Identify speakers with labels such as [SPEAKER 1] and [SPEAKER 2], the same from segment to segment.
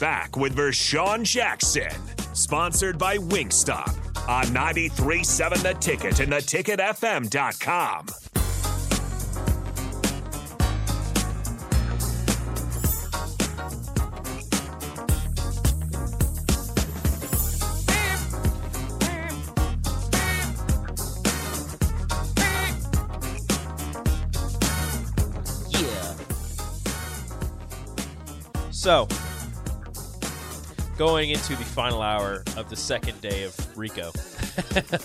[SPEAKER 1] Back with Vershawn Jackson, sponsored by Wingstop on 93.7 The Ticket and theticketfm.com.
[SPEAKER 2] Yeah. So, going into the final hour of the second day of Rico,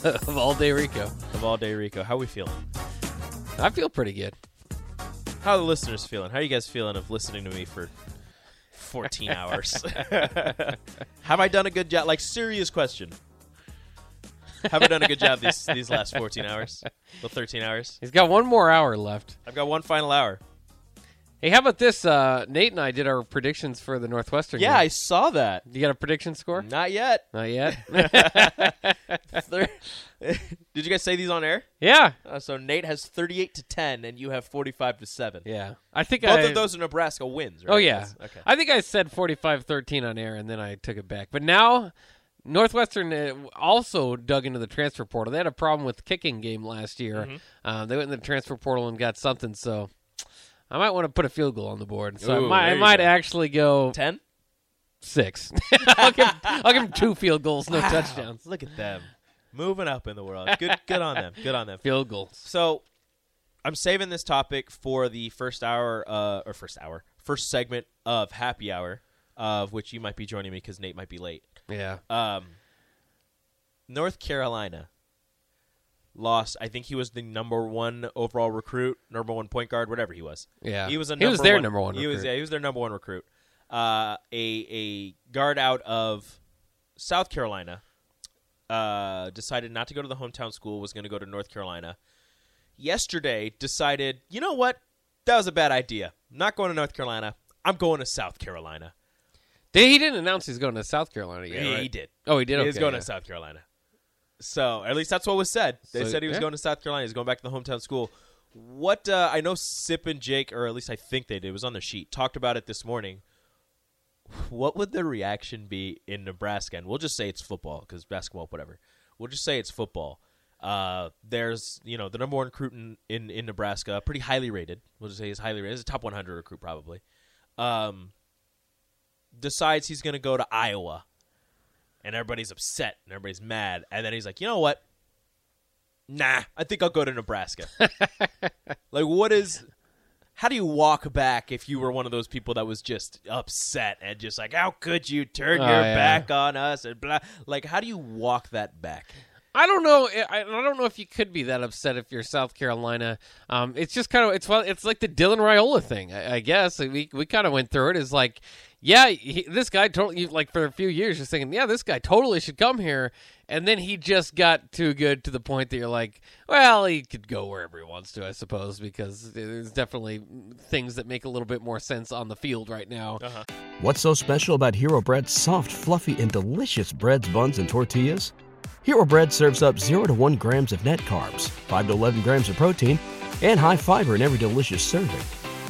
[SPEAKER 3] of all day Rico.
[SPEAKER 2] of All Day Rico, how we feeling?
[SPEAKER 3] I feel pretty good.
[SPEAKER 2] How are the listeners feeling? How are you guys feeling of listening to me for 14 hours? Have I done a good job? Like, serious question. Have I done a good job these, these last 14 hours? Well, 13 hours?
[SPEAKER 3] He's got one more hour left.
[SPEAKER 2] I've got one final hour.
[SPEAKER 3] Hey, how about this? Uh, Nate and I did our predictions for the Northwestern.
[SPEAKER 2] Yeah, I
[SPEAKER 3] game.
[SPEAKER 2] saw that.
[SPEAKER 3] you got a prediction score?
[SPEAKER 2] Not yet.
[SPEAKER 3] Not yet.
[SPEAKER 2] Thir- Did you guys say these on air?
[SPEAKER 3] yeah,
[SPEAKER 2] Uh, so Nate has 38 to 10, and you have 45 to 7.
[SPEAKER 3] yeah. I think
[SPEAKER 2] Both
[SPEAKER 3] I,
[SPEAKER 2] of those are Nebraska wins, right?
[SPEAKER 3] Oh yeah.
[SPEAKER 2] That's- Okay.
[SPEAKER 3] I think I said 45-13 on air, and then I took it back. But now, Northwestern uh, also dug into the transfer portal. They had a problem with kicking game last year.
[SPEAKER 2] Mm-hmm.
[SPEAKER 3] Uh, they went in the transfer portal and got something. So I might want to put a field goal on the board. So
[SPEAKER 2] Ooh,
[SPEAKER 3] I might,
[SPEAKER 2] there
[SPEAKER 3] I
[SPEAKER 2] you
[SPEAKER 3] might
[SPEAKER 2] go.
[SPEAKER 3] actually go
[SPEAKER 2] 10?
[SPEAKER 3] six. I'll, give, I'll give 'em two field goals, no touchdowns.
[SPEAKER 2] Look at them. Moving up in the world. Good good on them. Good on them.
[SPEAKER 3] Field goals.
[SPEAKER 2] So I'm saving this topic for the first hour, uh, or first hour, first segment of Happy Hour, of which you might be joining me because Nate might be late.
[SPEAKER 3] Yeah.
[SPEAKER 2] Um, North Carolina lost. I think he was the number one overall recruit, number one point guard, whatever he was.
[SPEAKER 3] Yeah.
[SPEAKER 2] he was a
[SPEAKER 3] He
[SPEAKER 2] number
[SPEAKER 3] was their
[SPEAKER 2] one,
[SPEAKER 3] number one
[SPEAKER 2] He was
[SPEAKER 3] recruit.
[SPEAKER 2] yeah, he was their number one recruit. Uh, a a guard out of South Carolina uh, decided not to go to the hometown school. Was going to go to North Carolina. Yesterday, decided you know what that was a bad idea. I'm not going to North Carolina. I'm going to South Carolina.
[SPEAKER 3] Did, he didn't announce he's going to South Carolina yet.
[SPEAKER 2] he,
[SPEAKER 3] right?
[SPEAKER 2] he did.
[SPEAKER 3] Oh, he did.
[SPEAKER 2] He was
[SPEAKER 3] Okay,
[SPEAKER 2] going
[SPEAKER 3] yeah.
[SPEAKER 2] to South Carolina. So, at least that's what was said. They
[SPEAKER 3] So,
[SPEAKER 2] said he was
[SPEAKER 3] yeah.
[SPEAKER 2] going to South Carolina. He's going back to the hometown school. What uh, I know, Sip and Jake, or at least I think they did, it was on their sheet, talked about it this morning. What would the reaction be in Nebraska? And we'll just say it's football because basketball, whatever. We'll just say it's football. Uh, there's, you know, the number one recruit in, in, in Nebraska, pretty highly rated. We'll just say he's highly rated. He's a top 100 recruit, probably. Um, decides he's going to go to Iowa and everybody's upset and everybody's mad. And then he's like, you know what? Nah, I think I'll go to Nebraska. like, what is? How do you walk back if you were one of those people that was just upset and just like, how could you turn
[SPEAKER 3] Oh,
[SPEAKER 2] your
[SPEAKER 3] yeah.
[SPEAKER 2] back on us and blah? Like, how do you walk that back?
[SPEAKER 3] I don't know. eh, I I don't know if you could be that upset if you're South Carolina. Um, it's just kind of it's well, it's like the Dylan Raiola thing, I, I guess. We we kind of went through it. Is like, yeah, he, this guy totally like for a few years, just thinking, yeah, this guy totally should come here, and then he just got too good to the point that you're like, well, he could go wherever he wants to, I suppose, because there's definitely things that make a little bit more sense on the field right now.
[SPEAKER 4] What's so special about Hero Bread's soft, fluffy, and delicious breads, buns, and tortillas? Hero Bread serves up 0 to 1 grams of net carbs, 5 to 11 grams of protein, and high fiber in every delicious serving.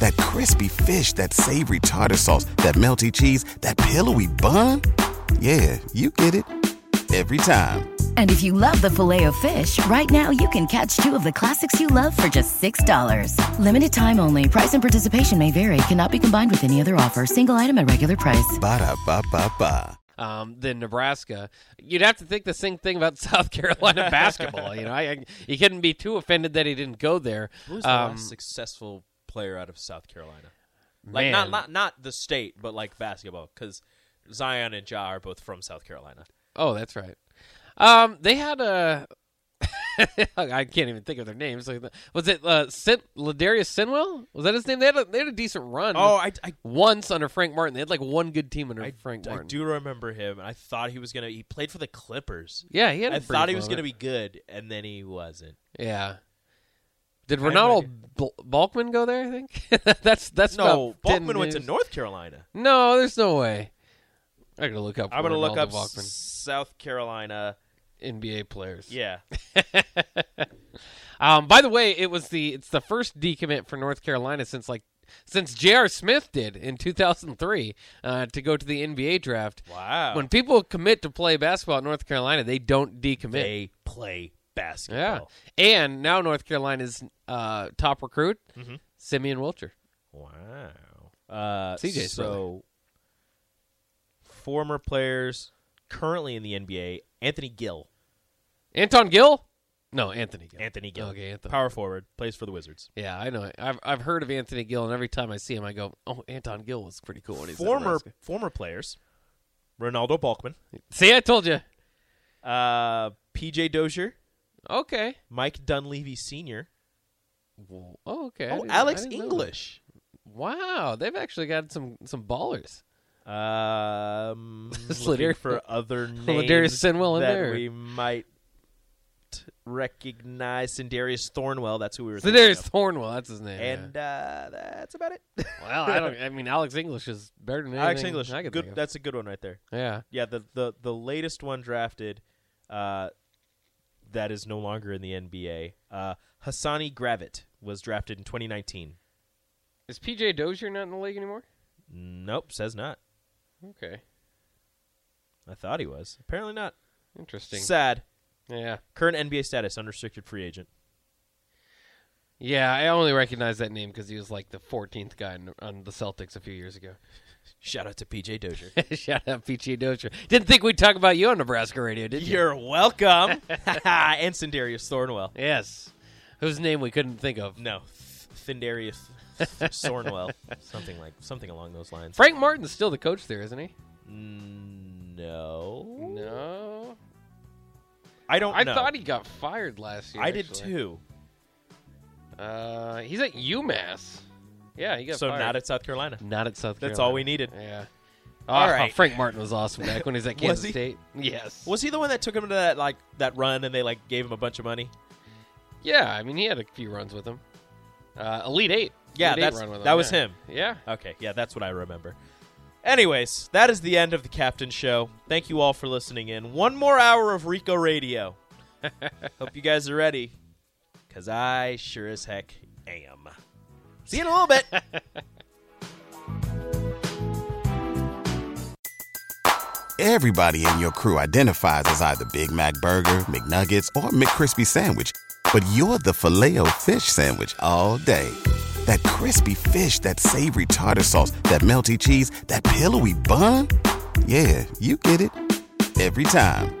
[SPEAKER 5] That crispy fish, that savory tartar sauce, that melty cheese, that pillowy bun. Yeah, you get it. Every time.
[SPEAKER 6] And if you love the filet of fish, right now you can catch two of the classics you love for just $6. Limited time only. Price and participation may vary. Cannot be combined with any other offer. Single item at regular price.
[SPEAKER 5] Ba-da-ba-ba-ba.
[SPEAKER 3] um, than Nebraska. You'd have to think the same thing about South Carolina basketball. You know, I, I, you couldn't be too offended that he didn't go there.
[SPEAKER 2] Who's the
[SPEAKER 3] Um,
[SPEAKER 2] last successful player out of South Carolina? Like
[SPEAKER 3] man.
[SPEAKER 2] not not not the state, but like basketball, because Zion and Ja are both from South Carolina.
[SPEAKER 3] Oh, that's right. Um, they had a. I can't even think of their names. Like, Was it uh, Sin- Ladarius Sinwell? Was that his name? They had a, they had a decent run.
[SPEAKER 2] Oh, I
[SPEAKER 3] once under Frank Martin, they had like one good team under
[SPEAKER 2] I,
[SPEAKER 3] Frank
[SPEAKER 2] I
[SPEAKER 3] Martin.
[SPEAKER 2] do remember him, and I thought he was gonna. He played for the Clippers.
[SPEAKER 3] Yeah, he had. a
[SPEAKER 2] I
[SPEAKER 3] brief
[SPEAKER 2] thought he was gonna
[SPEAKER 3] moment.
[SPEAKER 2] be good, and then he wasn't.
[SPEAKER 3] Yeah. Did
[SPEAKER 2] have no
[SPEAKER 3] Ronaldo
[SPEAKER 2] idea.
[SPEAKER 3] Bul- Balkman go there? I think that's that's
[SPEAKER 2] No,
[SPEAKER 3] about 10
[SPEAKER 2] Balkman went to
[SPEAKER 3] news.
[SPEAKER 2] North Carolina.
[SPEAKER 3] No, there's no way. I gotta look up.
[SPEAKER 2] I'm gonna look
[SPEAKER 3] Ronaldo
[SPEAKER 2] up
[SPEAKER 3] Balkman
[SPEAKER 2] South Carolina.
[SPEAKER 3] NBA players.
[SPEAKER 2] Yeah,
[SPEAKER 3] Um. By the way, it was the it's the first decommit for North Carolina since like since J.R. Smith did in 2003 uh, to go to the NBA draft.
[SPEAKER 2] Wow.
[SPEAKER 3] When people commit to play basketball at North Carolina, they don't decommit.
[SPEAKER 2] they play
[SPEAKER 3] yeah.
[SPEAKER 2] basketball.
[SPEAKER 3] And now North Carolina's uh, top recruit,
[SPEAKER 2] Mm-hmm.
[SPEAKER 3] Simeon Wilcher.
[SPEAKER 2] Wow. Uh,
[SPEAKER 3] CJ's
[SPEAKER 2] so former players currently in the NBA: Anthony Gill,
[SPEAKER 3] Anton Gill? No, Anthony Gill.
[SPEAKER 2] Anthony Gill,
[SPEAKER 3] Okay, Anthony.
[SPEAKER 2] power forward, plays for the Wizards.
[SPEAKER 3] Yeah, I know. I've I've heard of Anthony Gill, and every time I see him, I go, "Oh, Anton Gill was pretty cool." When he's at
[SPEAKER 2] Former
[SPEAKER 3] Nebraska."
[SPEAKER 2] former players: Ronaldo Balkman,
[SPEAKER 3] See, I told you.
[SPEAKER 2] uh, PJ Dozier,
[SPEAKER 3] Okay.
[SPEAKER 2] Mike Dunleavy Senior,
[SPEAKER 3] Well, oh, okay. I
[SPEAKER 2] oh
[SPEAKER 3] didn't- I
[SPEAKER 2] Alex
[SPEAKER 3] didn't know that.
[SPEAKER 2] English.
[SPEAKER 3] Wow, they've actually got some some ballers.
[SPEAKER 2] Um,
[SPEAKER 3] Is
[SPEAKER 2] looking
[SPEAKER 3] Ladarius-
[SPEAKER 2] for other names
[SPEAKER 3] Ladarius Sinwell in
[SPEAKER 2] that
[SPEAKER 3] there?
[SPEAKER 2] we might recognize. Sindarius Thornwell, that's who we were.
[SPEAKER 3] So
[SPEAKER 2] thinking
[SPEAKER 3] there's
[SPEAKER 2] of.
[SPEAKER 3] Thornwell. That's his name.
[SPEAKER 2] And uh, that's about it.
[SPEAKER 3] yeah. well, I don't. I mean, Alex English is better than anything
[SPEAKER 2] Alex English,
[SPEAKER 3] I could
[SPEAKER 2] good.
[SPEAKER 3] think of.
[SPEAKER 2] That's a good one right there.
[SPEAKER 3] yeah.
[SPEAKER 2] Yeah, the the the latest one drafted, uh, that is no longer in the NBA. Uh, Hassani Gravit was drafted in 2019.
[SPEAKER 3] Is PJ Dozier not in the league anymore?
[SPEAKER 2] Nope, says not.
[SPEAKER 3] Okay.
[SPEAKER 2] I thought he was. Apparently not.
[SPEAKER 3] Interesting.
[SPEAKER 2] Sad.
[SPEAKER 3] yeah.
[SPEAKER 2] Current NBA status: unrestricted free agent.
[SPEAKER 3] Yeah, I only recognize that name because he was like the 14th guy on, on the Celtics a few years ago.
[SPEAKER 2] Shout out to PJ Dozier.
[SPEAKER 3] Shout out PJ Dozier. Didn't think we'd talk about you on Nebraska radio, did you?
[SPEAKER 2] You're welcome. and Sindarius Thornwell.
[SPEAKER 3] yes. Whose name we couldn't think of.
[SPEAKER 2] No, Thindarius Thornwell. something like something along those lines.
[SPEAKER 3] Frank Martin's still the coach there, isn't he?
[SPEAKER 2] No.
[SPEAKER 3] No.
[SPEAKER 2] I don't
[SPEAKER 3] I
[SPEAKER 2] know.
[SPEAKER 3] thought he got fired last year.
[SPEAKER 2] I did
[SPEAKER 3] actually.
[SPEAKER 2] too.
[SPEAKER 3] Uh, he's at UMass. Yeah, he got
[SPEAKER 2] So
[SPEAKER 3] fired.
[SPEAKER 2] not at South Carolina.
[SPEAKER 3] not at South Carolina.
[SPEAKER 2] That's all we needed.
[SPEAKER 3] Yeah.
[SPEAKER 2] All
[SPEAKER 3] Oh,
[SPEAKER 2] right.
[SPEAKER 3] Frank Martin was awesome back when he was at
[SPEAKER 2] Was
[SPEAKER 3] Kansas
[SPEAKER 2] he?
[SPEAKER 3] State. Yes.
[SPEAKER 2] Was he the one that took him to that like that run and they like gave him a bunch of money?
[SPEAKER 3] Yeah, I mean, he had a few runs with him. Uh, Elite Eight.
[SPEAKER 2] Yeah,
[SPEAKER 3] Elite Eight
[SPEAKER 2] that's-
[SPEAKER 3] run with him,
[SPEAKER 2] that was
[SPEAKER 3] yeah.
[SPEAKER 2] him.
[SPEAKER 3] Yeah.
[SPEAKER 2] Okay, yeah, that's what I remember. Anyways, that is the end of the Captain Show. Thank you all for listening in. One more hour of Rico Radio. Hope you guys are ready, because I sure as heck am. See you in a little bit.
[SPEAKER 5] Everybody in your crew identifies as either Big Mac Burger, McNuggets, or McCrispy Sandwich. But you're the filet fish Sandwich all day. That crispy fish, that savory tartar sauce, that melty cheese, that pillowy bun. Yeah, you get it. Every time.